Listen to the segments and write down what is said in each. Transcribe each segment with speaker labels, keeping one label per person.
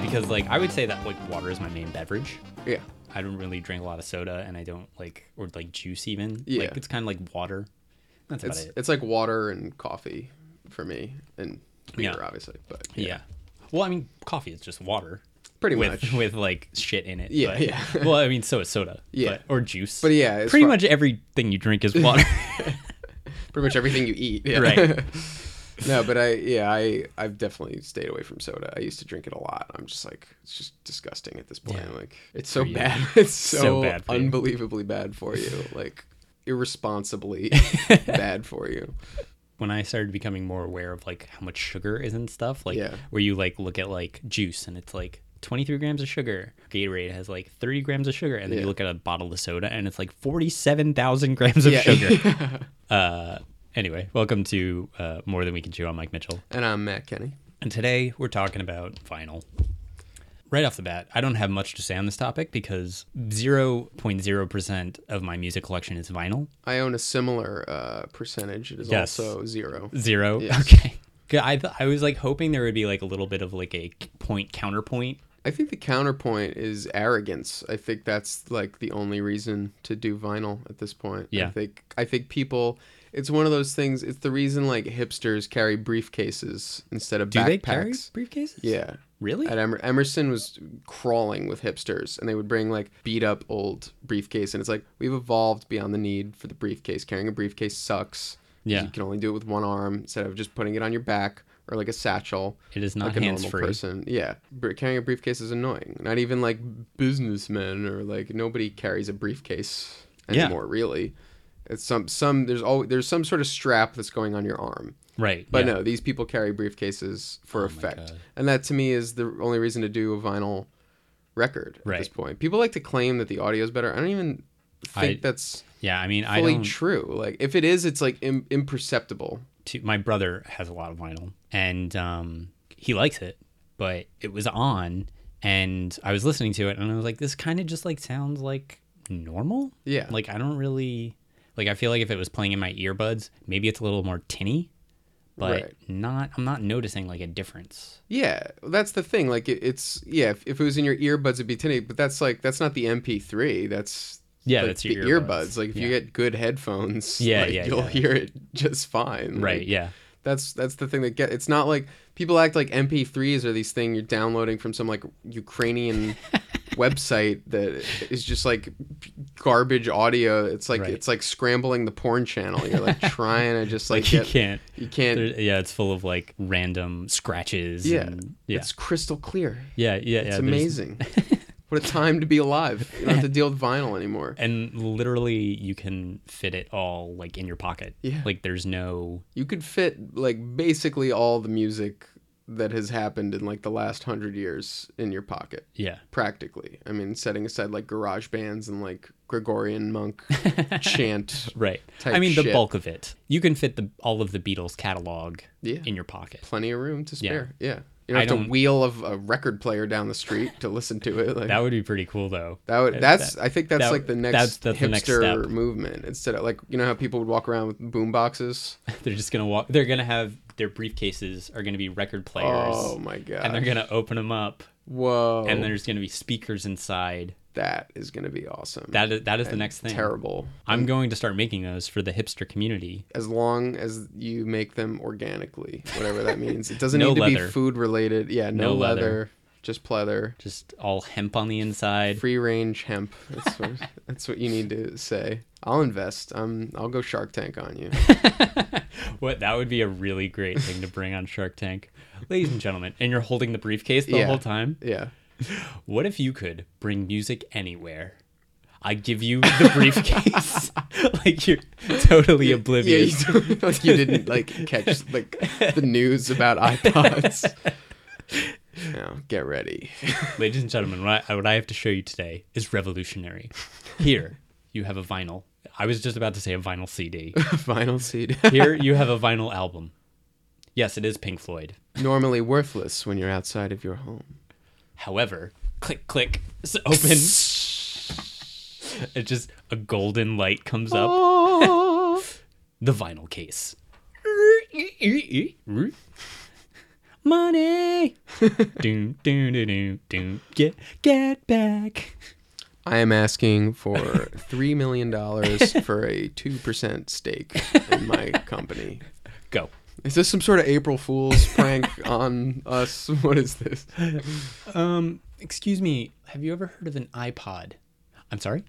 Speaker 1: because like I would say that like water is my main beverage.
Speaker 2: Yeah.
Speaker 1: I don't really drink a lot of soda, and I don't like or like juice even.
Speaker 2: Yeah.
Speaker 1: like, it's kind of like water. That's about
Speaker 2: It's
Speaker 1: it.
Speaker 2: it's like water and coffee for me and beer
Speaker 1: Yeah.
Speaker 2: obviously, but
Speaker 1: Yeah. Well, I mean, coffee is just water.
Speaker 2: pretty
Speaker 1: with,
Speaker 2: much.
Speaker 1: with like shit in it.
Speaker 2: Yeah,
Speaker 1: but-
Speaker 2: yeah.
Speaker 1: well, I mean, so is soda.
Speaker 2: Yeah.
Speaker 1: but- or juice.
Speaker 2: But yeah, it's
Speaker 1: pretty
Speaker 2: fu-
Speaker 1: much everything you drink is water.
Speaker 2: pretty much everything you eat. Yeah.
Speaker 1: Right.
Speaker 2: no, but I yeah, I I've definitely stayed away from soda. I used to drink it a lot. I'm just like it's just disgusting at this point.
Speaker 1: Yeah.
Speaker 2: Like it's so
Speaker 1: for you.
Speaker 2: bad. It's so,
Speaker 1: So bad for you.
Speaker 2: unbelievably bad for you. Like irresponsibly bad for you.
Speaker 1: when I started becoming more aware of like how much sugar is in stuff, like
Speaker 2: Yeah.
Speaker 1: where you like look at like juice and it's like 23 grams of sugar. Gatorade has like 30 grams of sugar, and then
Speaker 2: Yeah.
Speaker 1: you look at a bottle of soda and it's like 47,000 grams of sugar. uh, anyway, welcome to uh, More Than We Can Chew. I'm Mike Mitchell,
Speaker 2: and I'm Matt Kenny.
Speaker 1: and today we're talking about vinyl. Right off the bat, I don't have much to say on this topic because 0.0% of my music collection is vinyl.
Speaker 2: I own a similar uh, percentage. It is
Speaker 1: Yes.
Speaker 2: also zero.
Speaker 1: Zero.
Speaker 2: Yes.
Speaker 1: Okay. Good. I th- I was like hoping there would be like a little bit of like a point counterpoint.
Speaker 2: I think the counterpoint is arrogance. I think that's like the only reason to do vinyl at this point. I
Speaker 1: Yeah.
Speaker 2: think I think people it's one of those things it's the reason like hipsters carry briefcases instead of
Speaker 1: Do
Speaker 2: backpacks.
Speaker 1: they carry briefcases?
Speaker 2: Yeah.
Speaker 1: Really?
Speaker 2: At Emer- Emerson was crawling with hipsters and they would bring like beat up old briefcase and it's like we've evolved beyond the need for the briefcase. Carrying a briefcase sucks. 'cause
Speaker 1: Yeah.
Speaker 2: You can only do it with one arm instead of just putting it on your back or like a satchel
Speaker 1: It is not
Speaker 2: like a normal
Speaker 1: hands free.
Speaker 2: person. Yeah, Br- carrying a briefcase is annoying. Not even like businessmen or like nobody carries a briefcase
Speaker 1: Yeah.
Speaker 2: anymore. Really, it's some some there's always there's some sort of strap that's going on your arm.
Speaker 1: Right.
Speaker 2: But
Speaker 1: yeah. Oh
Speaker 2: no, these people carry briefcases for effect,
Speaker 1: God.
Speaker 2: and that to me is the only reason to do a vinyl record at this
Speaker 1: Right.
Speaker 2: point. People like to claim that the audio is better. I don't even think
Speaker 1: I-
Speaker 2: that's
Speaker 1: Yeah. I mean, I
Speaker 2: fully
Speaker 1: don't.
Speaker 2: true. Like if it is, it's like Im- imperceptible.
Speaker 1: to, my brother has a lot of vinyl and um, he likes it, but it was on and I was listening to it and I was like, this kind of just like sounds like normal.
Speaker 2: Yeah.
Speaker 1: Like I don't really like. I feel like if it was playing in my earbuds, maybe it's a little more tinny, but
Speaker 2: Right.
Speaker 1: not. I'm not noticing like a difference.
Speaker 2: Yeah, that's the thing. Like it, it's yeah, if, if it was in your earbuds, it'd be tinny. But that's like that's not the MP3. That's
Speaker 1: Yeah,
Speaker 2: like,
Speaker 1: that's
Speaker 2: the
Speaker 1: your
Speaker 2: earbuds.
Speaker 1: earbuds.
Speaker 2: Like if you
Speaker 1: Yeah.
Speaker 2: get good headphones,
Speaker 1: Yeah,
Speaker 2: like,
Speaker 1: yeah,
Speaker 2: you'll
Speaker 1: yeah.
Speaker 2: hear it just fine. Like,
Speaker 1: Right. Yeah.
Speaker 2: That's that's the thing that get. It's not like people act like MP3s are these thing you're downloading from some like Ukrainian website that is just like garbage audio. It's like
Speaker 1: Right.
Speaker 2: it's like scrambling the porn channel. You're like trying to just like,
Speaker 1: you
Speaker 2: get,
Speaker 1: can't.
Speaker 2: you can't.
Speaker 1: There, yeah, it's full of like random scratches.
Speaker 2: Yeah,
Speaker 1: and, yeah,
Speaker 2: it's crystal clear.
Speaker 1: yeah, yeah, yeah.
Speaker 2: It's
Speaker 1: there's-
Speaker 2: amazing. what a time to be alive. You don't have to deal with vinyl anymore.
Speaker 1: And literally, you can fit it all like in your pocket.
Speaker 2: Yeah.
Speaker 1: Like there's no.
Speaker 2: You could fit like basically all the music that has happened in like the last hundred years in your pocket,
Speaker 1: Yeah.
Speaker 2: practically. I mean, setting aside like garage bands and like Gregorian monk chant,
Speaker 1: Right.
Speaker 2: Type
Speaker 1: I mean, the
Speaker 2: shit.
Speaker 1: bulk of it. You can fit the all of the Beatles catalog
Speaker 2: Yeah.
Speaker 1: in your pocket.
Speaker 2: plenty of room to spare. Yeah. You
Speaker 1: I
Speaker 2: don't have to
Speaker 1: don't-
Speaker 2: wheel of a record player down the street to listen to it. Like
Speaker 1: That would be pretty cool, though.
Speaker 2: That would, that's I think that's
Speaker 1: that-
Speaker 2: like the next
Speaker 1: that's- that's the next
Speaker 2: hipster
Speaker 1: step.
Speaker 2: movement. Instead of like you know how people would walk around with boom boxes.
Speaker 1: They're just gonna walk. They're gonna have their briefcases are gonna be record players,
Speaker 2: Oh my god!
Speaker 1: and they're gonna open them up,
Speaker 2: Whoa!
Speaker 1: and there's gonna be speakers inside.
Speaker 2: that is going to be awesome.
Speaker 1: That is that is the next thing.
Speaker 2: terrible.
Speaker 1: I'm going to start making those for the hipster community.
Speaker 2: As long as you make them organically, whatever that means. It doesn't
Speaker 1: No
Speaker 2: need to
Speaker 1: leather.
Speaker 2: be food related. Yeah, no,
Speaker 1: No
Speaker 2: leather,
Speaker 1: leather.
Speaker 2: just pleather.
Speaker 1: Just all hemp on the inside.
Speaker 2: Free range hemp. That's what, that's what you need to say. I'll invest. Um, I'll go Shark Tank on you.
Speaker 1: What that would be a really great thing to bring on Shark Tank. Ladies and gentlemen, and you're holding the briefcase the
Speaker 2: Yeah.
Speaker 1: whole time.
Speaker 2: Yeah.
Speaker 1: What if you could bring music anywhere? I give you the briefcase. like you're totally
Speaker 2: Yeah, you,
Speaker 1: oblivious.
Speaker 2: don't- like you didn't like catch like the news about iPods. Now get ready.
Speaker 1: Ladies and gentlemen, what I, what I have to show you today is revolutionary. Here, you have a vinyl. I was just about to say a vinyl CD.
Speaker 2: Vinyl seed.
Speaker 1: Here, you have a vinyl album. Yes, it is Pink Floyd.
Speaker 2: Normally worthless when you're outside of your home.
Speaker 1: However, click, click, s- open. it just a golden light comes up. The vinyl case. Money. doom, doom, doom, doom, doom. Get, get back.
Speaker 2: I am asking for $3 million for a 2% stake in my company.
Speaker 1: Go.
Speaker 2: Is this some sort of April Fool's prank on us? What is this?
Speaker 1: Um, excuse me. Have you ever heard of an iPod? I'm sorry.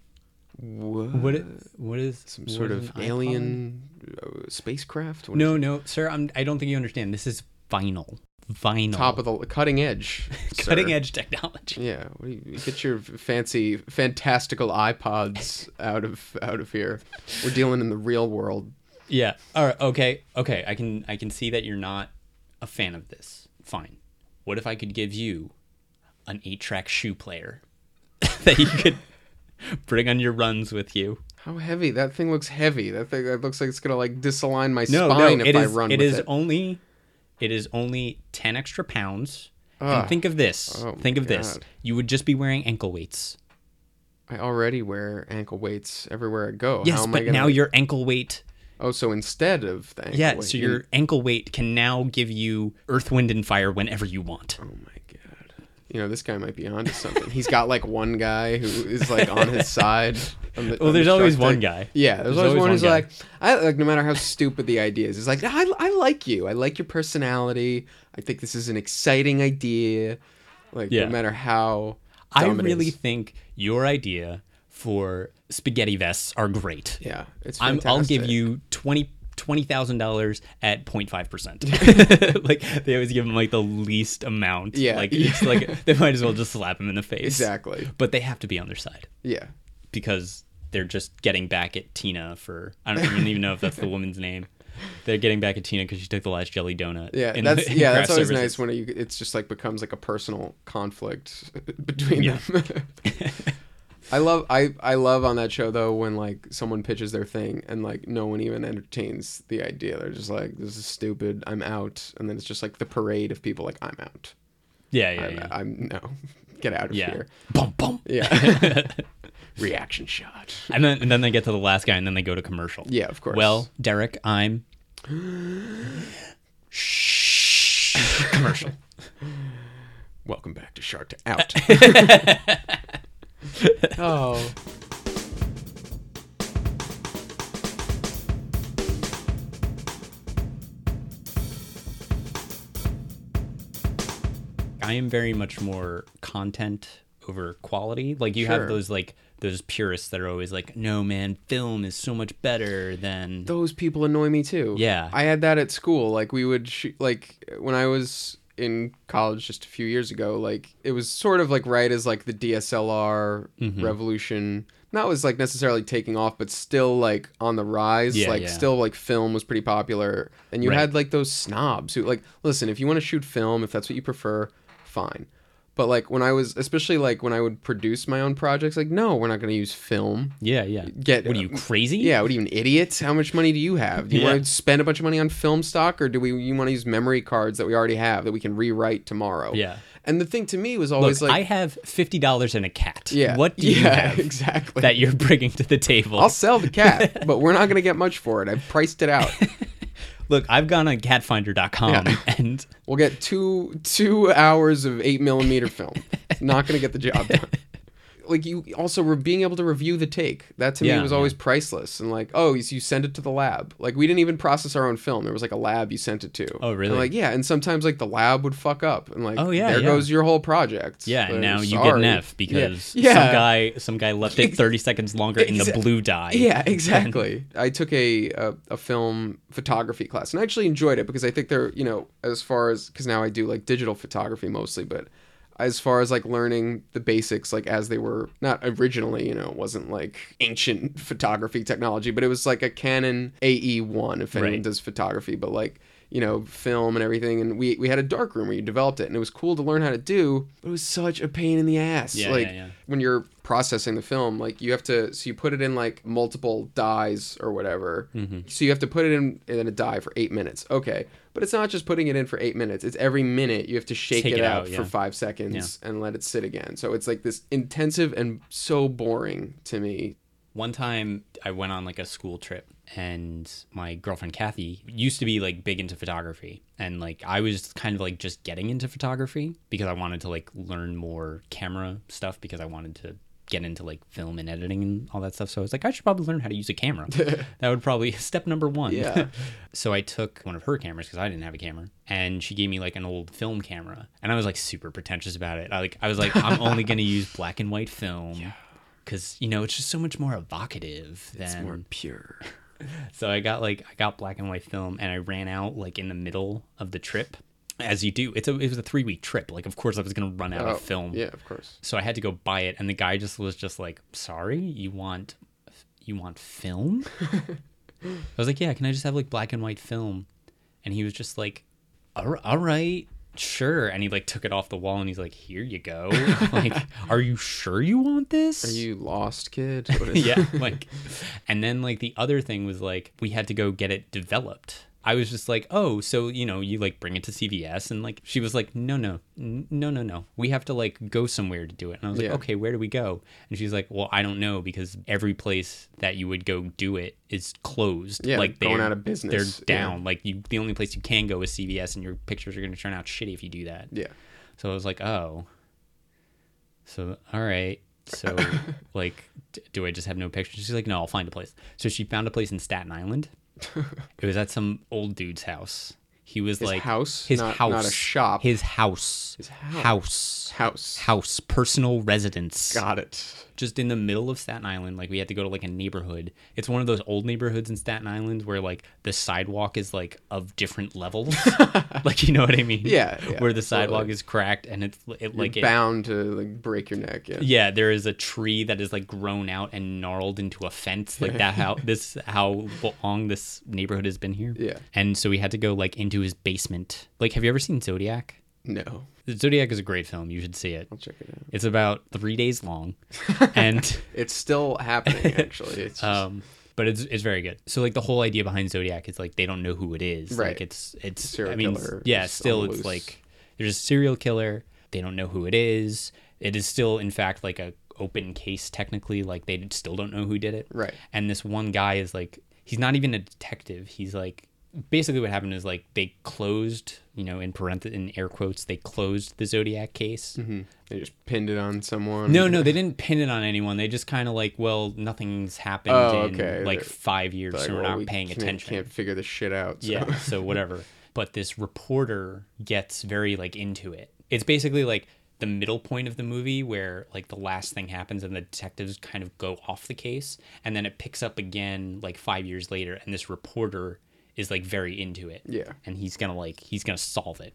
Speaker 1: Uh,
Speaker 2: What?
Speaker 1: What? i- What is
Speaker 2: some
Speaker 1: what
Speaker 2: sort
Speaker 1: is
Speaker 2: of
Speaker 1: an iPod?
Speaker 2: alien uh, spacecraft? What is
Speaker 1: No, no, sir. I'm. I don't think you understand. This is vinyl. Vinyl.
Speaker 2: top of the cutting edge. sir.
Speaker 1: cutting edge technology.
Speaker 2: Yeah, what do you, get your fancy, fantastical iPods out of out of here. We're dealing in the real world.
Speaker 1: Yeah. All right. Okay. Okay. I can I can see that you're not a fan of this. Fine. What if I could give you an eight-track shoe player that you could bring on your runs with you?
Speaker 2: How heavy? That thing looks heavy. That thing that looks like it's gonna like disalign my
Speaker 1: No,
Speaker 2: spine
Speaker 1: no.
Speaker 2: if
Speaker 1: It
Speaker 2: I
Speaker 1: is-
Speaker 2: run
Speaker 1: it
Speaker 2: with
Speaker 1: is
Speaker 2: it.
Speaker 1: only it is only ten extra pounds.
Speaker 2: Ah.
Speaker 1: and think of this.
Speaker 2: Oh,
Speaker 1: think
Speaker 2: my
Speaker 1: of this.
Speaker 2: God.
Speaker 1: You would just be wearing ankle weights.
Speaker 2: I already wear ankle weights everywhere I go. How
Speaker 1: Yes,
Speaker 2: am I
Speaker 1: but
Speaker 2: gonna-
Speaker 1: now your ankle weight.
Speaker 2: oh, so instead of the ankle
Speaker 1: Yeah,
Speaker 2: weight,
Speaker 1: so
Speaker 2: you-
Speaker 1: your ankle weight can now give you earth, wind, and fire whenever you want.
Speaker 2: Oh my god. You know, this guy might be onto something. He's got like one guy who is like on his side. on the-
Speaker 1: Well,
Speaker 2: on the
Speaker 1: there's always
Speaker 2: Shark
Speaker 1: one
Speaker 2: Tank.
Speaker 1: guy.
Speaker 2: Yeah, there's,
Speaker 1: There's
Speaker 2: always,
Speaker 1: always
Speaker 2: one
Speaker 1: one
Speaker 2: who's
Speaker 1: guy.
Speaker 2: like, I like no matter how stupid the idea is, it's like I, I like you. I like your personality. I think this is an exciting idea. Like
Speaker 1: Yeah.
Speaker 2: no matter how
Speaker 1: I
Speaker 2: dumb it
Speaker 1: really
Speaker 2: is.
Speaker 1: think your idea for spaghetti vests are great.
Speaker 2: yeah, it's
Speaker 1: I'm, I'll give
Speaker 2: fantastic.
Speaker 1: you twenty twenty thousand dollars at 0.5 percent. like they always give them like the least amount.
Speaker 2: Yeah,
Speaker 1: like
Speaker 2: yeah.
Speaker 1: it's like they might as well just slap him in the face.
Speaker 2: exactly.
Speaker 1: But they have to be on their side
Speaker 2: Yeah.
Speaker 1: because they're just getting back at Tina for I don't even even know if that's the woman's name. They're getting back at Tina because she took the last jelly donut.
Speaker 2: Yeah,
Speaker 1: in-
Speaker 2: that's
Speaker 1: in
Speaker 2: yeah,
Speaker 1: craft
Speaker 2: that's always
Speaker 1: services.
Speaker 2: nice when you it's just like becomes like a personal conflict between
Speaker 1: Yeah.
Speaker 2: them. I love I I love on that show though when like someone pitches their thing and like no one even entertains the idea. They're just like this is stupid. I'm out. And then it's just like the parade of people like I'm out.
Speaker 1: Yeah, yeah,
Speaker 2: I'm,
Speaker 1: yeah.
Speaker 2: I'm no. Get out of
Speaker 1: yeah.
Speaker 2: here.
Speaker 1: Bum bum.
Speaker 2: Yeah. Reaction shot.
Speaker 1: And then, and then they get to the last guy, and then they go to commercial.
Speaker 2: Yeah, of course.
Speaker 1: Well, Derek, I'm shh commercial.
Speaker 2: welcome back to Shark Tank. Out. oh.
Speaker 1: I am very much more content over quality. Like you
Speaker 2: Sure.
Speaker 1: have those like those purists that are always like, no man, film is so much better than
Speaker 2: those people annoy me too.
Speaker 1: Yeah.
Speaker 2: I had that at school. Like we would sh- like when I was in college just a few years ago. Like it was sort of like right as like the DSLR
Speaker 1: Mm-hmm.
Speaker 2: revolution. Not was like necessarily taking off, but still like on the rise.
Speaker 1: Yeah,
Speaker 2: like
Speaker 1: yeah.
Speaker 2: still like film was pretty popular, and you
Speaker 1: Right.
Speaker 2: had like those snobs who like listen if you want to shoot film if that's what you prefer, fine. But like when I was, especially like when I would produce my own projects, like no, we're not going to use film.
Speaker 1: yeah, yeah.
Speaker 2: Get
Speaker 1: what are you crazy?
Speaker 2: Yeah, what are you, an idiot? How much money do you have? Do you
Speaker 1: Yeah.
Speaker 2: want to spend a bunch of money on film stock, or do we? You want to use memory cards that we already have that we can rewrite tomorrow?
Speaker 1: Yeah.
Speaker 2: And the thing to me was
Speaker 1: Look,
Speaker 2: always like,
Speaker 1: I have fifty dollars and a cat.
Speaker 2: yeah,
Speaker 1: What do
Speaker 2: yeah,
Speaker 1: you have
Speaker 2: exactly?
Speaker 1: that you're bringing to the table?
Speaker 2: I'll sell the cat, but we're not going to get much for it. I've priced it out.
Speaker 1: Look, I've gone on catfinder.com and
Speaker 2: We'll get two two hours of eight millimeter film. It's not going to get the job done. Like you also were being able to review the take. That to me
Speaker 1: Yeah,
Speaker 2: was always priceless. And like, oh, you you send it to the lab. Like we didn't even process our own film. There was like a lab you sent it to.
Speaker 1: Oh, really?
Speaker 2: And, like yeah, and sometimes like the lab would fuck up and like
Speaker 1: Oh, yeah,
Speaker 2: there
Speaker 1: yeah.
Speaker 2: goes your whole project.
Speaker 1: Yeah,
Speaker 2: Like,
Speaker 1: and now you get
Speaker 2: sorry.
Speaker 1: an
Speaker 2: Yeah.
Speaker 1: F because
Speaker 2: yeah.
Speaker 1: some guy some guy left it 30 seconds longer in the
Speaker 2: exa-
Speaker 1: blue dye.
Speaker 2: Yeah, exactly. I took a, a a film photography class and I actually enjoyed it because I think they're you know as far as because now I do like digital photography mostly, but as far as like learning the basics like as they were not originally you know it wasn't like ancient photography technology but it was like a canon ae1 if anyone
Speaker 1: Right.
Speaker 2: does photography but like you know film and everything and we, we had a dark room where you developed it and it was cool to learn how to do but it was such a pain in the ass
Speaker 1: Yeah,
Speaker 2: like
Speaker 1: yeah, yeah.
Speaker 2: when you're processing the film like you have to so you put it in like multiple dyes or whatever
Speaker 1: Mm-hmm.
Speaker 2: so you have to put it in in a dye for eight minutes okay but it's not just putting it in for eight minutes it's every minute you have to shake
Speaker 1: Take
Speaker 2: it,
Speaker 1: it
Speaker 2: out,
Speaker 1: out,
Speaker 2: for
Speaker 1: yeah.
Speaker 2: five seconds and let it sit again so it's like this intensive and so boring to me
Speaker 1: One time I went on like a school trip and my girlfriend Kathy used to be like big into photography and like I was kind of like just getting into photography because I wanted to like learn more camera stuff because I wanted to get into like film and editing and all that stuff so I was like I should probably learn how to use a camera. that would probably step number 1.
Speaker 2: Yeah.
Speaker 1: so I took one of her cameras because I didn't have a camera, and she gave me like an old film camera, and I was like super pretentious about it. I like I was like I'm only gonna use black and white film because you know it's just so much more evocative
Speaker 2: It's
Speaker 1: than.
Speaker 2: more pure.
Speaker 1: So I got like I got black and white film, and I ran out like in the middle of the trip, as you do. It's a it was a three week trip. Like of course I was gonna run out
Speaker 2: Oh,
Speaker 1: of film.
Speaker 2: Yeah, of course.
Speaker 1: So I had to go buy it, and the guy just was just like, "Sorry, you want, you want film?" I was like, "Yeah, can I just have like black and white film?" And he was just like, "All ri- all right, sure." And he like took it off the wall, and he's like, "Here you go." like, are you sure you want this?
Speaker 2: Are you lost, kid? What is
Speaker 1: yeah, like, and then like the other thing was like we had to go get it developed. I was just like, oh, so you know, you like bring it to CVS, and like she was like, no, no, n- no, no, no, we have to like go somewhere to do it. And I was
Speaker 2: Yeah.
Speaker 1: like, okay, where do we go? And she's like, well, I don't know because every place that you would go do it is closed.
Speaker 2: Yeah,
Speaker 1: like
Speaker 2: going
Speaker 1: they're-
Speaker 2: out of business,
Speaker 1: They're
Speaker 2: yeah.
Speaker 1: down. Like you, the only place you can go is CVS, and your pictures are going to turn out shitty if you do that.
Speaker 2: Yeah.
Speaker 1: So I was like, oh. So all right. So like, d- do I just have no pictures? She's like, no, I'll find a place. So she found a place in Staten Island. it was at some old dude's house. He was
Speaker 2: His
Speaker 1: like
Speaker 2: house?
Speaker 1: His
Speaker 2: Not-
Speaker 1: house,
Speaker 2: not a shop.
Speaker 1: His house. His
Speaker 2: house.
Speaker 1: House.
Speaker 2: House.
Speaker 1: House. Personal residence.
Speaker 2: Got it.
Speaker 1: Just in the middle of Staten Island, like we had to go to like a neighborhood. It's one of those old neighborhoods in Staten Island where like the sidewalk is like of different levels. like you know what I mean?
Speaker 2: Yeah, yeah,
Speaker 1: Where the sidewalk
Speaker 2: totally.
Speaker 1: is cracked and it's it like it,
Speaker 2: Bound to like break your neck. Yeah.
Speaker 1: yeah, there is a tree that is like grown out and gnarled into a fence. Like that how this how long this neighborhood has been here.
Speaker 2: Yeah.
Speaker 1: And so we had to go like into his basement. Like have you ever seen Zodiac?
Speaker 2: No.
Speaker 1: Zodiac is a great film. You should see it.
Speaker 2: I'll check it out.
Speaker 1: It's about 3 days long. and
Speaker 2: It's still happening, actually. It's just,
Speaker 1: um but it's it's very good. So like the whole idea behind Zodiac is like they don't know who it is.
Speaker 2: Right.
Speaker 1: Like it's it's
Speaker 2: Serial
Speaker 1: I mean
Speaker 2: killer
Speaker 1: yeah,
Speaker 2: is
Speaker 1: still
Speaker 2: on the
Speaker 1: it's
Speaker 2: loose.
Speaker 1: like there's a serial killer, they don't know who it is. It is still in fact like a open case technically, like they still don't know who did it.
Speaker 2: Right.
Speaker 1: And this one guy is like he's not even a detective. He's like basically what happened is like they closed, you know, in parenth in air quotes, they closed the Zodiac case.
Speaker 2: they just pinned it on someone.
Speaker 1: No, no, they didn't pin it on anyone. They just kind of like, well, nothing's happened
Speaker 2: Oh, okay.
Speaker 1: in like
Speaker 2: They're-
Speaker 1: five years,
Speaker 2: Like,
Speaker 1: so we're
Speaker 2: well,
Speaker 1: not
Speaker 2: we
Speaker 1: paying
Speaker 2: can't-
Speaker 1: attention.
Speaker 2: Can't figure this shit out. So.
Speaker 1: Yeah, so whatever. But this reporter gets very like into it. It's basically like the middle point of the movie where like the last thing happens and the detectives kind of go off the case and then it picks up again like 5 years later and this reporter is like very into it.
Speaker 2: Yeah.
Speaker 1: And he's going to like he's going to solve it.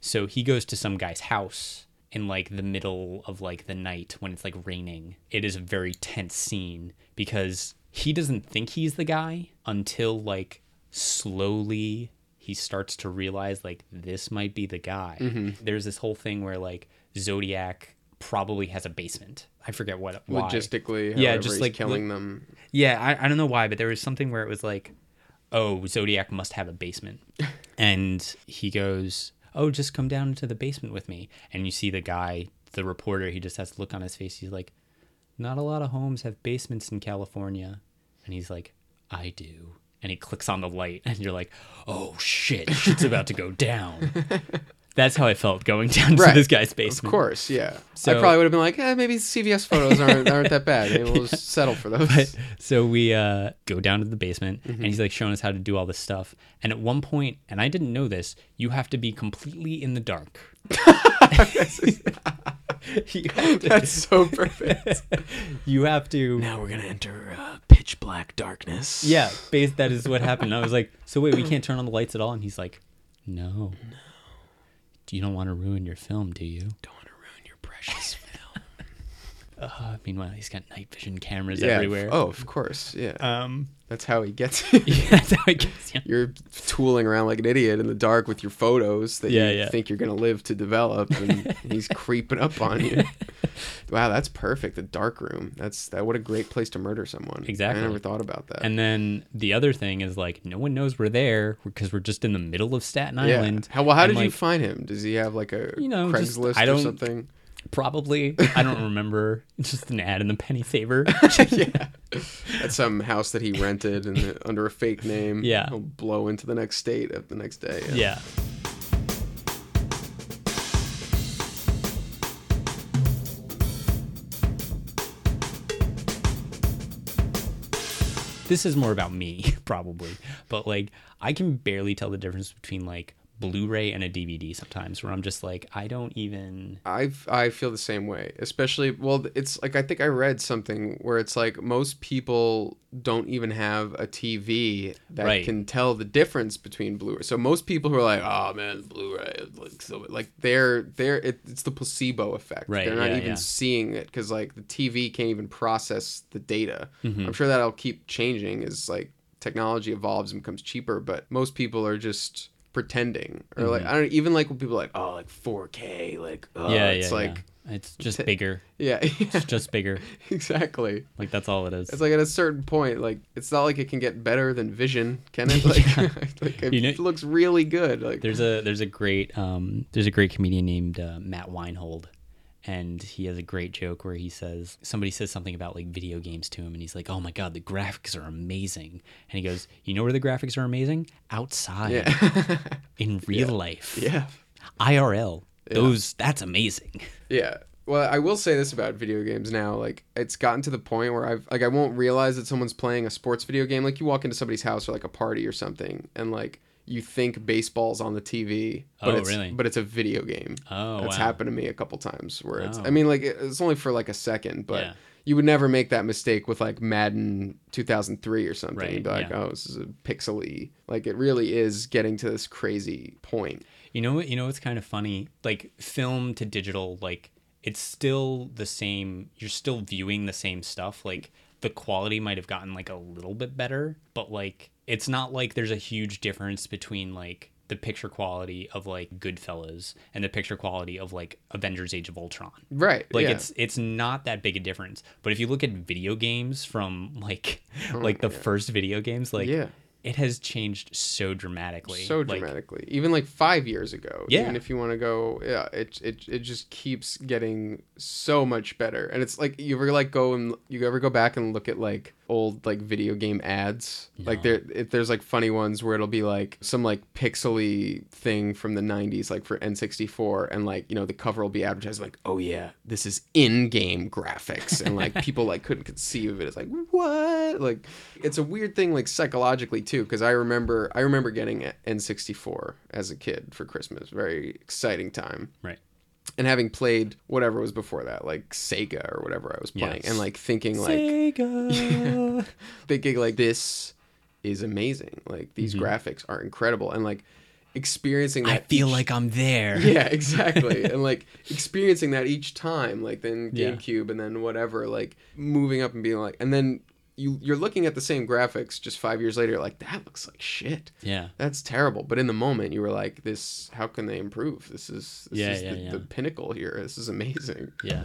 Speaker 1: So he goes to some guy's house in like the middle of like the night when it's like raining. It is a very tense scene because he doesn't think he's the guy until like slowly he starts to realize like this might be the guy. There's this whole thing where like Zodiac probably has a basement. I forget what why.
Speaker 2: Logistically,
Speaker 1: Yeah,
Speaker 2: however,
Speaker 1: just
Speaker 2: he's
Speaker 1: like-
Speaker 2: killing them.
Speaker 1: Yeah, I, I don't know why, but there was something where it was like, oh, Zodiac must have a basement. and he goes, oh, just come down to the basement with me. And you see the guy, the reporter, he just has the look on his face. He's like, not a lot of homes have basements in California. And he's like, I do. And he clicks on the light, and you're like, oh shit, shit's about to go down. That's how I felt going down to
Speaker 2: Right.
Speaker 1: this guy's
Speaker 2: Of
Speaker 1: basement.
Speaker 2: course, yeah. I
Speaker 1: So-
Speaker 2: probably would have been like, eh, maybe CVS photos aren't aren't that bad. Maybe we'll just settle for those.
Speaker 1: so we uh, go down to the basement
Speaker 3: Mm-hmm.
Speaker 1: and he's like showing us how to do all this stuff and at one point and i didn't know this you have to be completely in the dark you, have to,
Speaker 2: That's so perfect.
Speaker 1: you have to
Speaker 3: Now we're gonna enter uh, pitch black darkness.
Speaker 1: yeah base, that is what happened i was like so wait we can't turn on the lights at all and he's like no you don't want to ruin your film do you
Speaker 3: Don't want to ruin your precious film.
Speaker 1: uh, meanwhile he's got night vision cameras
Speaker 2: yeah.
Speaker 1: everywhere
Speaker 2: Oh, of course. Yeah.
Speaker 1: um
Speaker 2: That's how he gets it.
Speaker 1: yeah, that's how it gets, yeah.
Speaker 2: You're tooling around like an idiot in the dark with your photos that
Speaker 1: Yeah,
Speaker 2: you
Speaker 1: yeah.
Speaker 2: think you're gonna live to develop, and he's creeping up on you. Wow, that's perfect. The dark room. That's that. What a great place to murder someone.
Speaker 1: Exactly.
Speaker 2: I never thought about that.
Speaker 1: And then the other thing is like no one knows we're there because we're just in the middle of Staten
Speaker 2: yeah.
Speaker 1: Island.
Speaker 2: How well? How
Speaker 1: And,
Speaker 2: did you
Speaker 1: like,
Speaker 2: find him? Does he have like a
Speaker 1: You know, just-
Speaker 2: Craigslist
Speaker 1: I
Speaker 2: or
Speaker 1: don't-
Speaker 2: something?
Speaker 1: Probably. I don't remember. It's just an ad in the penny saver.
Speaker 2: at some house that he rented and under a fake name.
Speaker 1: Yeah.
Speaker 2: he'll blow into the next state of the next day.
Speaker 1: yeah. This is more about me, probably. But like I can barely tell the difference between like Blu-ray and a DVD sometimes where I'm just like, I don't even
Speaker 2: I I feel the same way, especially well. It's like I think I read something where it's like most people don't even have a TV that
Speaker 1: Right.
Speaker 2: can tell the difference between Blu-ray. So most people who are like, "Oh man, Blu-ray," it looks so like they're they're it, it's the placebo effect.
Speaker 1: Right,
Speaker 2: They're not
Speaker 1: yeah,
Speaker 2: even
Speaker 1: yeah.
Speaker 2: seeing it because like the TV can't even process the data.
Speaker 1: Mm-hmm.
Speaker 2: I'm sure that'll keep changing as like technology evolves and becomes cheaper, but most people are just pretending or like
Speaker 1: Mm-hmm.
Speaker 2: I don't even like when people are like, "Oh, like 4K," like oh,
Speaker 1: yeah,
Speaker 2: it's
Speaker 1: yeah,
Speaker 2: like.
Speaker 1: yeah. it's just bigger.
Speaker 2: Yeah, yeah,
Speaker 1: It's just bigger.
Speaker 2: exactly.
Speaker 1: Like that's all it is.
Speaker 2: It's like at a certain point, like it's not like it can get better than Vision, can it? Like, like it
Speaker 1: You know-
Speaker 2: looks really good. Like
Speaker 1: There's a there's a great um there's a great comedian named uh, Matt Weinhold, and he has a great joke where he says somebody says something about like video games to him, and he's like, "Oh my god, the graphics are amazing," and he goes, "You know where the graphics are amazing? Outside,
Speaker 2: yeah,
Speaker 1: in real life,
Speaker 2: yeah,
Speaker 1: IRL. Those that's amazing."
Speaker 2: yeah. Well, I will say this about video games now. Like it's gotten to the point where I've like I won't realize that someone's playing a sports video game. Like you walk into somebody's house or like a party or something, and like you think baseball's on the TV, but
Speaker 1: Oh,
Speaker 2: it's
Speaker 1: really?
Speaker 2: but it's a video game.
Speaker 1: Oh,
Speaker 2: That's
Speaker 1: wow.
Speaker 2: happened to me a couple times where it's, I
Speaker 1: Oh.
Speaker 2: mean, like, it- it's only for like a second, but
Speaker 1: Yeah.
Speaker 2: you would never make that mistake with like Madden 2003 or something.
Speaker 1: Right,
Speaker 2: You'd be like,
Speaker 1: yeah.
Speaker 2: oh, this is a pixely. Like, it really is getting to this crazy point.
Speaker 1: You know what? You know what's kind of funny? Like film to digital, like it's still the same. You're still viewing the same stuff. Like the quality might have gotten like a little bit better, but like it's not like there's a huge difference between like the picture quality of like Goodfellas and the picture quality of like Avengers: Age of Ultron.
Speaker 2: Right.
Speaker 1: Like
Speaker 2: yeah.
Speaker 1: it's it's not that big a difference. But if you look at video games from like like the first video games, like
Speaker 2: Oh, Yeah.
Speaker 1: it has changed so dramatically.
Speaker 2: so
Speaker 1: Like,
Speaker 2: dramatically. Even like five years ago.
Speaker 1: Yeah.
Speaker 2: Even if you want to go, yeah, it, it, it just keeps getting so much better. And it's like, you ever like go and you ever go back and look at like old like video game ads? Like there, if there's like funny ones where it'll be like some like pixely thing from the 90s, like for N64 and like, you know, the cover will be advertised like, oh yeah, this is in-game graphics. And like people like couldn't conceive of it. It's like, what? Like it's a weird thing like psychologically too. Cause I remember, I remember getting a N64 as a kid for Christmas. Very exciting time
Speaker 1: right.
Speaker 2: and having played whatever was before that, like Sega or whatever I was playing,
Speaker 1: Yes.
Speaker 2: and like thinking like
Speaker 1: Sega.
Speaker 2: thinking like this is amazing, like these graphics are incredible, and like experiencing
Speaker 1: Mm-hmm. I
Speaker 2: that
Speaker 1: feel
Speaker 2: each-
Speaker 1: like I'm there.
Speaker 2: yeah exactly and like experiencing that each time like then
Speaker 1: Yeah.
Speaker 2: GameCube and then whatever like moving up and being like and then you you're looking at the same graphics just five years later like that looks like shit
Speaker 1: Yeah.
Speaker 2: that's terrible. But in the moment, you were like, "This, how can they improve? This is this
Speaker 1: Yeah,
Speaker 2: is
Speaker 1: yeah,
Speaker 2: the,
Speaker 1: yeah.
Speaker 2: the pinnacle here. This is amazing."
Speaker 1: Yeah.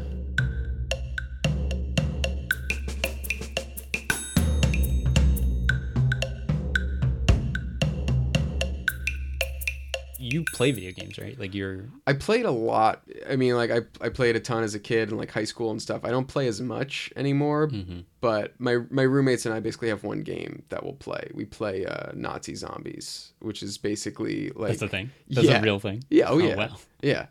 Speaker 1: You play video games, right? Like you're
Speaker 2: I played a lot. I mean, like I I played a ton as a kid and like high school and stuff. I don't play as much anymore.
Speaker 1: Mm. Mm-hmm.
Speaker 2: But my my roommates and I basically have one game that we'll play. We play uh, Nazi Zombies, which is basically like
Speaker 1: that's the thing. That's
Speaker 2: yeah.
Speaker 1: a real thing.
Speaker 2: Yeah. Oh, yeah.
Speaker 1: wow.
Speaker 2: Yeah.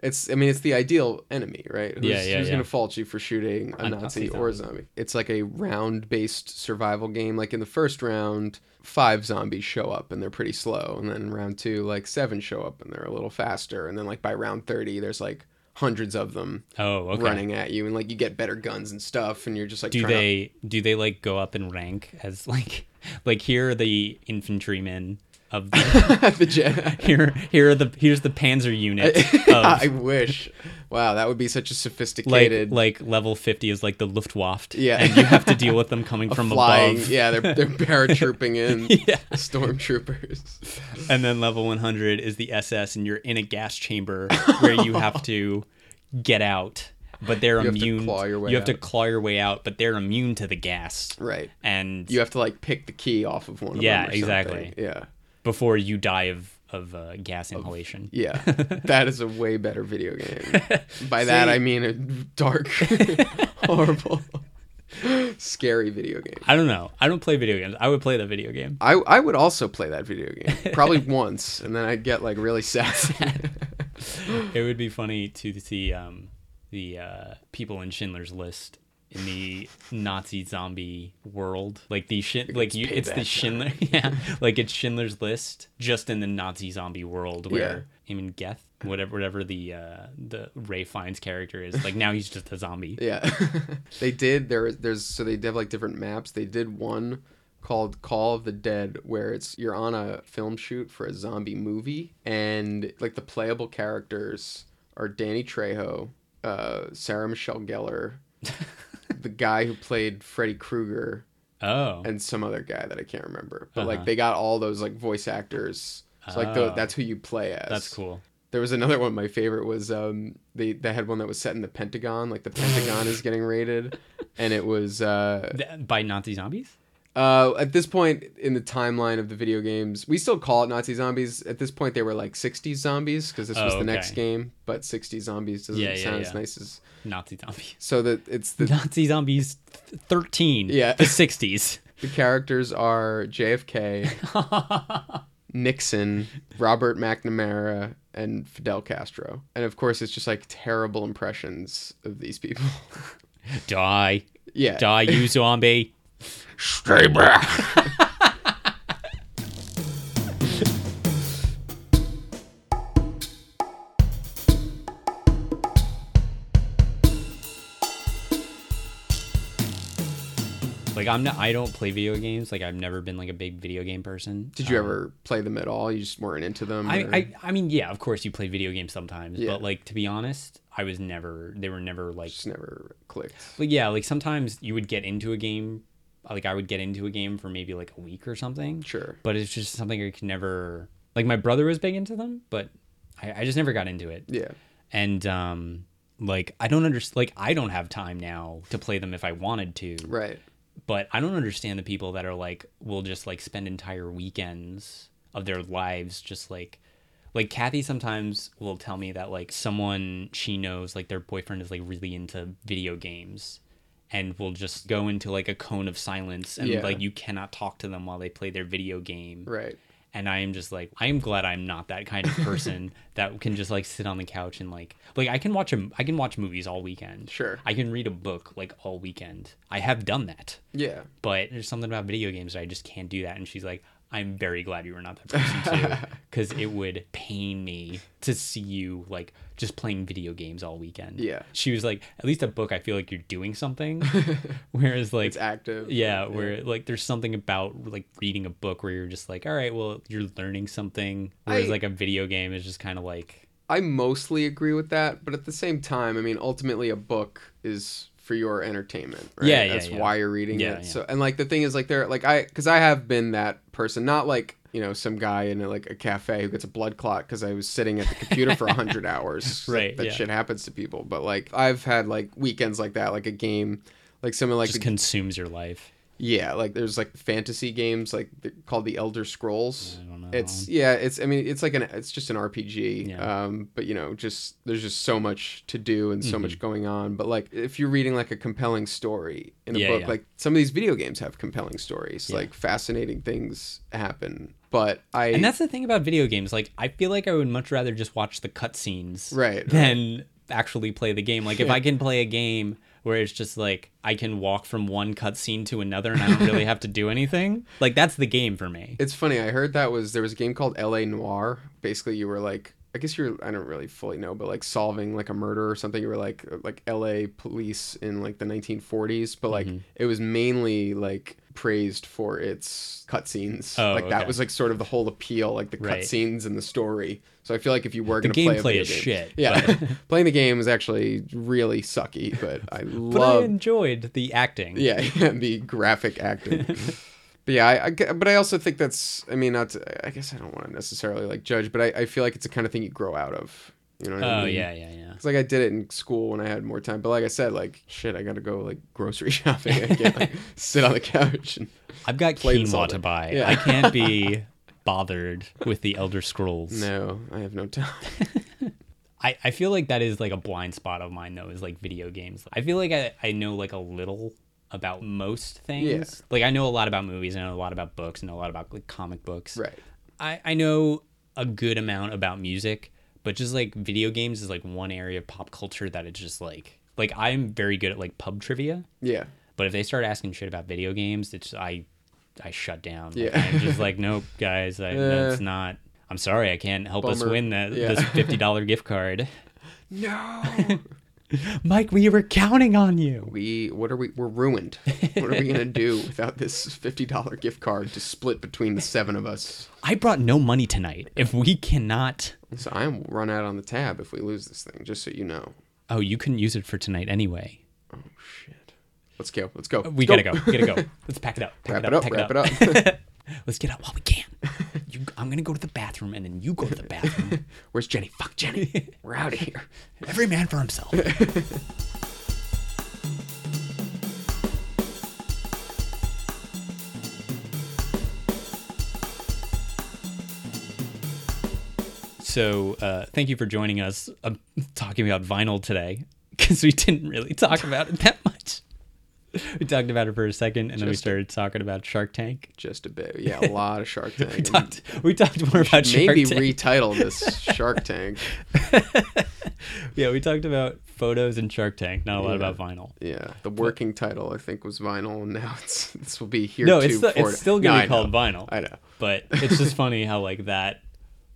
Speaker 2: It's I mean it's the ideal enemy, right? Who's,
Speaker 1: Yeah, yeah,
Speaker 2: who's
Speaker 1: yeah.
Speaker 2: gonna fault you for shooting a,
Speaker 1: A
Speaker 2: Nazi,
Speaker 1: Nazi
Speaker 2: or a zombie? It's like a round based survival game. Like in the first round, five zombies show up and they're pretty slow, and then in round two, like seven show up and they're a little faster, and then like by round thirty, there's like hundreds of them
Speaker 1: Oh, okay.
Speaker 2: running at you, and like you get better guns and stuff, and you're just like
Speaker 1: Do
Speaker 2: trying to-
Speaker 1: they do they like go up in rank as like like here are the infantrymen of the
Speaker 2: the Jedi.
Speaker 1: here here are the here's the panzer unit of
Speaker 2: I wish. Wow, that would be such a
Speaker 1: like
Speaker 2: sophisticated
Speaker 1: like level 50 is like the luftwaffe
Speaker 2: Yeah.
Speaker 1: and you have to deal with them coming from
Speaker 2: flying.
Speaker 1: above
Speaker 2: Yeah, they're they're paratrooping in
Speaker 1: Yeah.
Speaker 2: stormtroopers.
Speaker 1: and then level 100 is the ss and you're in a gas chamber where you have to get out but they're
Speaker 2: have to
Speaker 1: immune
Speaker 2: claw your way
Speaker 1: you have to
Speaker 2: out.
Speaker 1: claw your way out but they're immune to the gas
Speaker 2: Right.
Speaker 1: and
Speaker 2: You have to like pick the key off of one of
Speaker 1: Yeah,
Speaker 2: them. or
Speaker 1: exactly.
Speaker 2: something. Yeah.
Speaker 1: before you die of of uh, gas inhalation.
Speaker 2: Yeah, that is a way better video game. By that
Speaker 1: See?
Speaker 2: I mean a dark, horrible, scary video game.
Speaker 1: I don't know. I don't play video games. I would play that video game.
Speaker 2: I I would also play that video game probably once, and then I'd get like really sad.
Speaker 1: It would be funny to see um, the uh, people in Schindler's List in the Nazi zombie world, like the Schind- like you, it's the
Speaker 2: payback.
Speaker 1: Schindler, yeah, like it's Schindler's List just in the Nazi zombie world where him and Geth, whatever whatever the uh, the Ray Fiennes character is, like now he's just a zombie.
Speaker 2: Yeah, they did. There, there's so they have like different maps. They did one called Call of the Dead, where it's you're on a film shoot for a zombie movie, and like the playable characters are Danny Trejo, uh, Sarah Michelle Gellar, the guy who played Freddy Krueger,
Speaker 1: Oh,
Speaker 2: and some other guy that I can't remember. But
Speaker 1: Uh-huh.
Speaker 2: like they got all those like voice actors. So like tho-
Speaker 1: Oh.
Speaker 2: that's who you play as.
Speaker 1: that's cool.
Speaker 2: There was another one. My favorite was um, they they had one that was set in the Pentagon. Like the Pentagon is getting raided, and it was uh,
Speaker 1: Th- by Nazi zombies?
Speaker 2: uh, at this point in the timeline of the video games, we still call it Nazi zombies. At this point, they were like '60s zombies because this was
Speaker 1: Oh,
Speaker 2: the next
Speaker 1: okay.
Speaker 2: game. But '60s zombies doesn't
Speaker 1: Yeah, yeah,
Speaker 2: sound as
Speaker 1: yeah.
Speaker 2: nice as
Speaker 1: Nazi zombies.
Speaker 2: so that it's the
Speaker 1: Nazi zombies th- 13.
Speaker 2: Yeah.
Speaker 1: The 60s.
Speaker 2: the characters are JFK, Nixon, Robert McNamara, and Fidel Castro, and of course it's just like terrible impressions of these people.
Speaker 1: Die.
Speaker 2: yeah,
Speaker 1: Die, you zombie.
Speaker 3: Stay back.
Speaker 1: Like I'm not I don't play video games. Like I've never been like a big video game person.
Speaker 2: Did you ever play them at all? You just weren't into them.
Speaker 1: I,
Speaker 2: or-
Speaker 1: I I mean yeah, of course you play video games sometimes,
Speaker 2: Yeah.
Speaker 1: but like to be honest, I was never they were never like
Speaker 2: just never clicked.
Speaker 1: But yeah, like sometimes you would get into a game like I would get into a game for maybe like a week or something.
Speaker 2: Sure.
Speaker 1: But it's just something I can never like my brother was big into them, but I, I just never got into it.
Speaker 2: Yeah.
Speaker 1: and um like i don't understand like i don't have time now to play them if i wanted to
Speaker 2: Right.
Speaker 1: but i don't understand the people that are like will just like spend entire weekends of their lives just like like kathy sometimes will tell me that like someone she knows like their boyfriend is like really into video games and will just go into like a cone of silence and
Speaker 2: Yeah.
Speaker 1: like you cannot talk to them while they play their video game
Speaker 2: Right.
Speaker 1: and I am just like I am glad I'm not that kind of person that can just like sit on the couch and like like I can watch a I can watch movies all weekend.
Speaker 2: Sure.
Speaker 1: I can read a book like all weekend. I have done that.
Speaker 2: Yeah.
Speaker 1: But there's something about video games that I just can't do that and she's like I'm very glad you were not that person too cuz it would pain me to see you like just playing video games all weekend.
Speaker 2: Yeah.
Speaker 1: She was like at least a book I feel like you're doing something whereas like
Speaker 2: It's active.
Speaker 1: yeah, where like there's something about like reading a book where you're just like, all right, well, you're learning something. Whereas
Speaker 2: I-
Speaker 1: like a video game is just kind of like,
Speaker 2: I mostly agree with that, but at the same time, I mean, ultimately, a book is for your entertainment. Right?
Speaker 1: Yeah, yeah,
Speaker 2: That's
Speaker 1: yeah.
Speaker 2: why you're reading
Speaker 1: Yeah,
Speaker 2: it.
Speaker 1: yeah.
Speaker 2: So, and like the thing is, like there, like I, because I have been that person, not like you know some guy in like a cafe who gets a blood clot because I was sitting at the computer for hundred hours.
Speaker 1: Right,
Speaker 2: That
Speaker 1: yeah.
Speaker 2: shit happens to people, but like I've had like weekends like that, like a game. Like someone like
Speaker 1: just
Speaker 2: the
Speaker 1: consumes your life.
Speaker 2: Yeah, like there's like fantasy games like th- called the Elder Scrolls.
Speaker 1: I don't know.
Speaker 2: It's yeah, it's I mean it's like an it's just an RPG.
Speaker 1: Um, Yeah.
Speaker 2: Um, but you know, just there's just so much to do and so
Speaker 1: Mm-hmm.
Speaker 2: much going on. But like if you're reading like a compelling story in a
Speaker 1: Yeah,
Speaker 2: book,
Speaker 1: yeah.
Speaker 2: like some of these video games have compelling stories. Like fascinating things happen. But I
Speaker 1: And that's the thing about video games. Like, I feel like I would much rather just watch the cutscenes
Speaker 2: Right, right.
Speaker 1: than actually play the game. Like, if I can play a game where it's just like I can walk from one cutscene to another and I don't really have to do anything, like that's the game for me.
Speaker 2: It's funny. I heard that was there was a game called L.A. Noir. Basically, you were like, I guess you're. I don't really fully know, but like solving like a murder or something. You were like like L.A. police in like the 1940s, but like
Speaker 1: Mm-hmm.
Speaker 2: it was mainly like praised for its cutscenes.
Speaker 1: Oh,
Speaker 2: like that
Speaker 1: okay.
Speaker 2: was like sort of the whole appeal, like the
Speaker 1: Right.
Speaker 2: cutscenes and the story. So I feel like if you were going to play a
Speaker 1: gameplay
Speaker 2: video
Speaker 1: is
Speaker 2: game-
Speaker 1: shit,
Speaker 2: yeah, playing the game is actually really sucky, but I
Speaker 1: But I
Speaker 2: love
Speaker 1: enjoyed the acting.
Speaker 2: yeah, yeah, the graphic acting. but yeah, I, I g- but I also think that's. I mean, not. To, I guess I don't want to necessarily like judge, but I, I feel like it's the kind of thing you grow out of. You know what I
Speaker 1: Oh
Speaker 2: mean?
Speaker 1: yeah, yeah, yeah.
Speaker 2: It's like I did it in school when I had more time, but like I said, like shit, I gotta go like grocery shopping. I can't like sit on the couch. And...
Speaker 1: I've got
Speaker 2: Plain and
Speaker 1: quinoa
Speaker 2: solid.
Speaker 1: to buy.
Speaker 2: Yeah.
Speaker 1: I can't be bothered with the Elder Scrolls.
Speaker 2: No, I have no time.
Speaker 1: I, I feel like that is like a blind spot of mine though is like video games i feel like i, I know like a little about most things
Speaker 2: Yeah.
Speaker 1: like i know a lot about movies i know a lot about books and a lot about like comic books
Speaker 2: right.
Speaker 1: I, I know a good amount about music but just like video games is like one area of pop culture that it's just like like i'm very good at like pub trivia
Speaker 2: Yeah.
Speaker 1: but if they start asking shit about video games, it's I, I shut down. Like,
Speaker 2: Yeah.
Speaker 1: I'm just like, nope, guys, I, that's not. I'm sorry, I can't help us
Speaker 2: Bummer.
Speaker 1: win the,
Speaker 2: Yeah.
Speaker 1: this fifty dollar gift card.
Speaker 2: No.
Speaker 1: Mike, we were counting on you.
Speaker 2: we what are we we're ruined. What are we going to do without this $50 gift card to split between the seven of us?
Speaker 1: I brought no money tonight. If we cannot,
Speaker 2: So I am run out on the tab if we lose this thing, just so you know.
Speaker 1: oh, you couldn't use it for tonight anyway.
Speaker 2: Shit. Let's go. Let's go.
Speaker 1: We gotta go. We gotta go. Let's pack it up. Pack
Speaker 2: Wrap it up.
Speaker 1: Pack
Speaker 2: Wrap it
Speaker 1: it up.
Speaker 2: up.
Speaker 1: Let's get out while we can. You, I'm gonna go to the bathroom and then you go to the bathroom.
Speaker 2: Where's Jenny? Fuck Jenny. We're out of here.
Speaker 1: Every man for himself. so, uh, thank you for joining us. I'm talking about vinyl today because we didn't really talk about it that much. We talked about it for a second, and then we
Speaker 2: Just-
Speaker 1: started talking about Shark Tank.
Speaker 2: Just a bit. Yeah, a lot of Shark Tank.
Speaker 1: We talked, we talked more about Shark
Speaker 2: Maybe
Speaker 1: Tank.
Speaker 2: retitle this Shark Tank.
Speaker 1: yeah, we talked about photos and Shark Tank, not a lot
Speaker 2: Yeah.
Speaker 1: about vinyl.
Speaker 2: Yeah, the working title I think was vinyl, and now it's this will be here.
Speaker 1: No,
Speaker 2: too
Speaker 1: it's still,
Speaker 2: for-
Speaker 1: it's still gonna
Speaker 2: No,
Speaker 1: be
Speaker 2: I know.
Speaker 1: called vinyl.
Speaker 2: I know.
Speaker 1: but it's just funny how like that.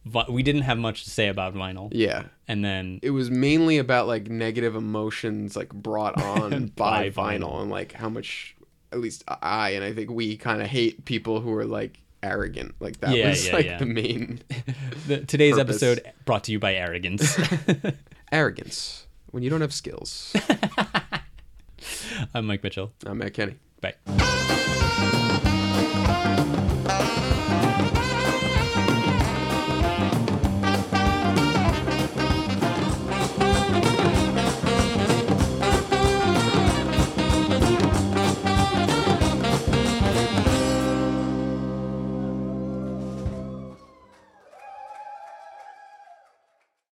Speaker 1: vi- We didn't have much to say about vinyl,
Speaker 2: Yeah,
Speaker 1: and then
Speaker 2: it was mainly about like negative emotions like brought on by,
Speaker 1: By
Speaker 2: vinyl.
Speaker 1: vinyl.
Speaker 2: and like how much at least I and I think we kind of hate people who are like arrogant. Like that
Speaker 1: Yeah,
Speaker 2: was
Speaker 1: yeah,
Speaker 2: like
Speaker 1: yeah.
Speaker 2: the main
Speaker 1: the, today's
Speaker 2: Purpose.
Speaker 1: episode brought to you by arrogance.
Speaker 2: arrogance when you don't have skills.
Speaker 1: I'm Mike Mitchell.
Speaker 2: I'm Matt Kenny.
Speaker 1: Bye.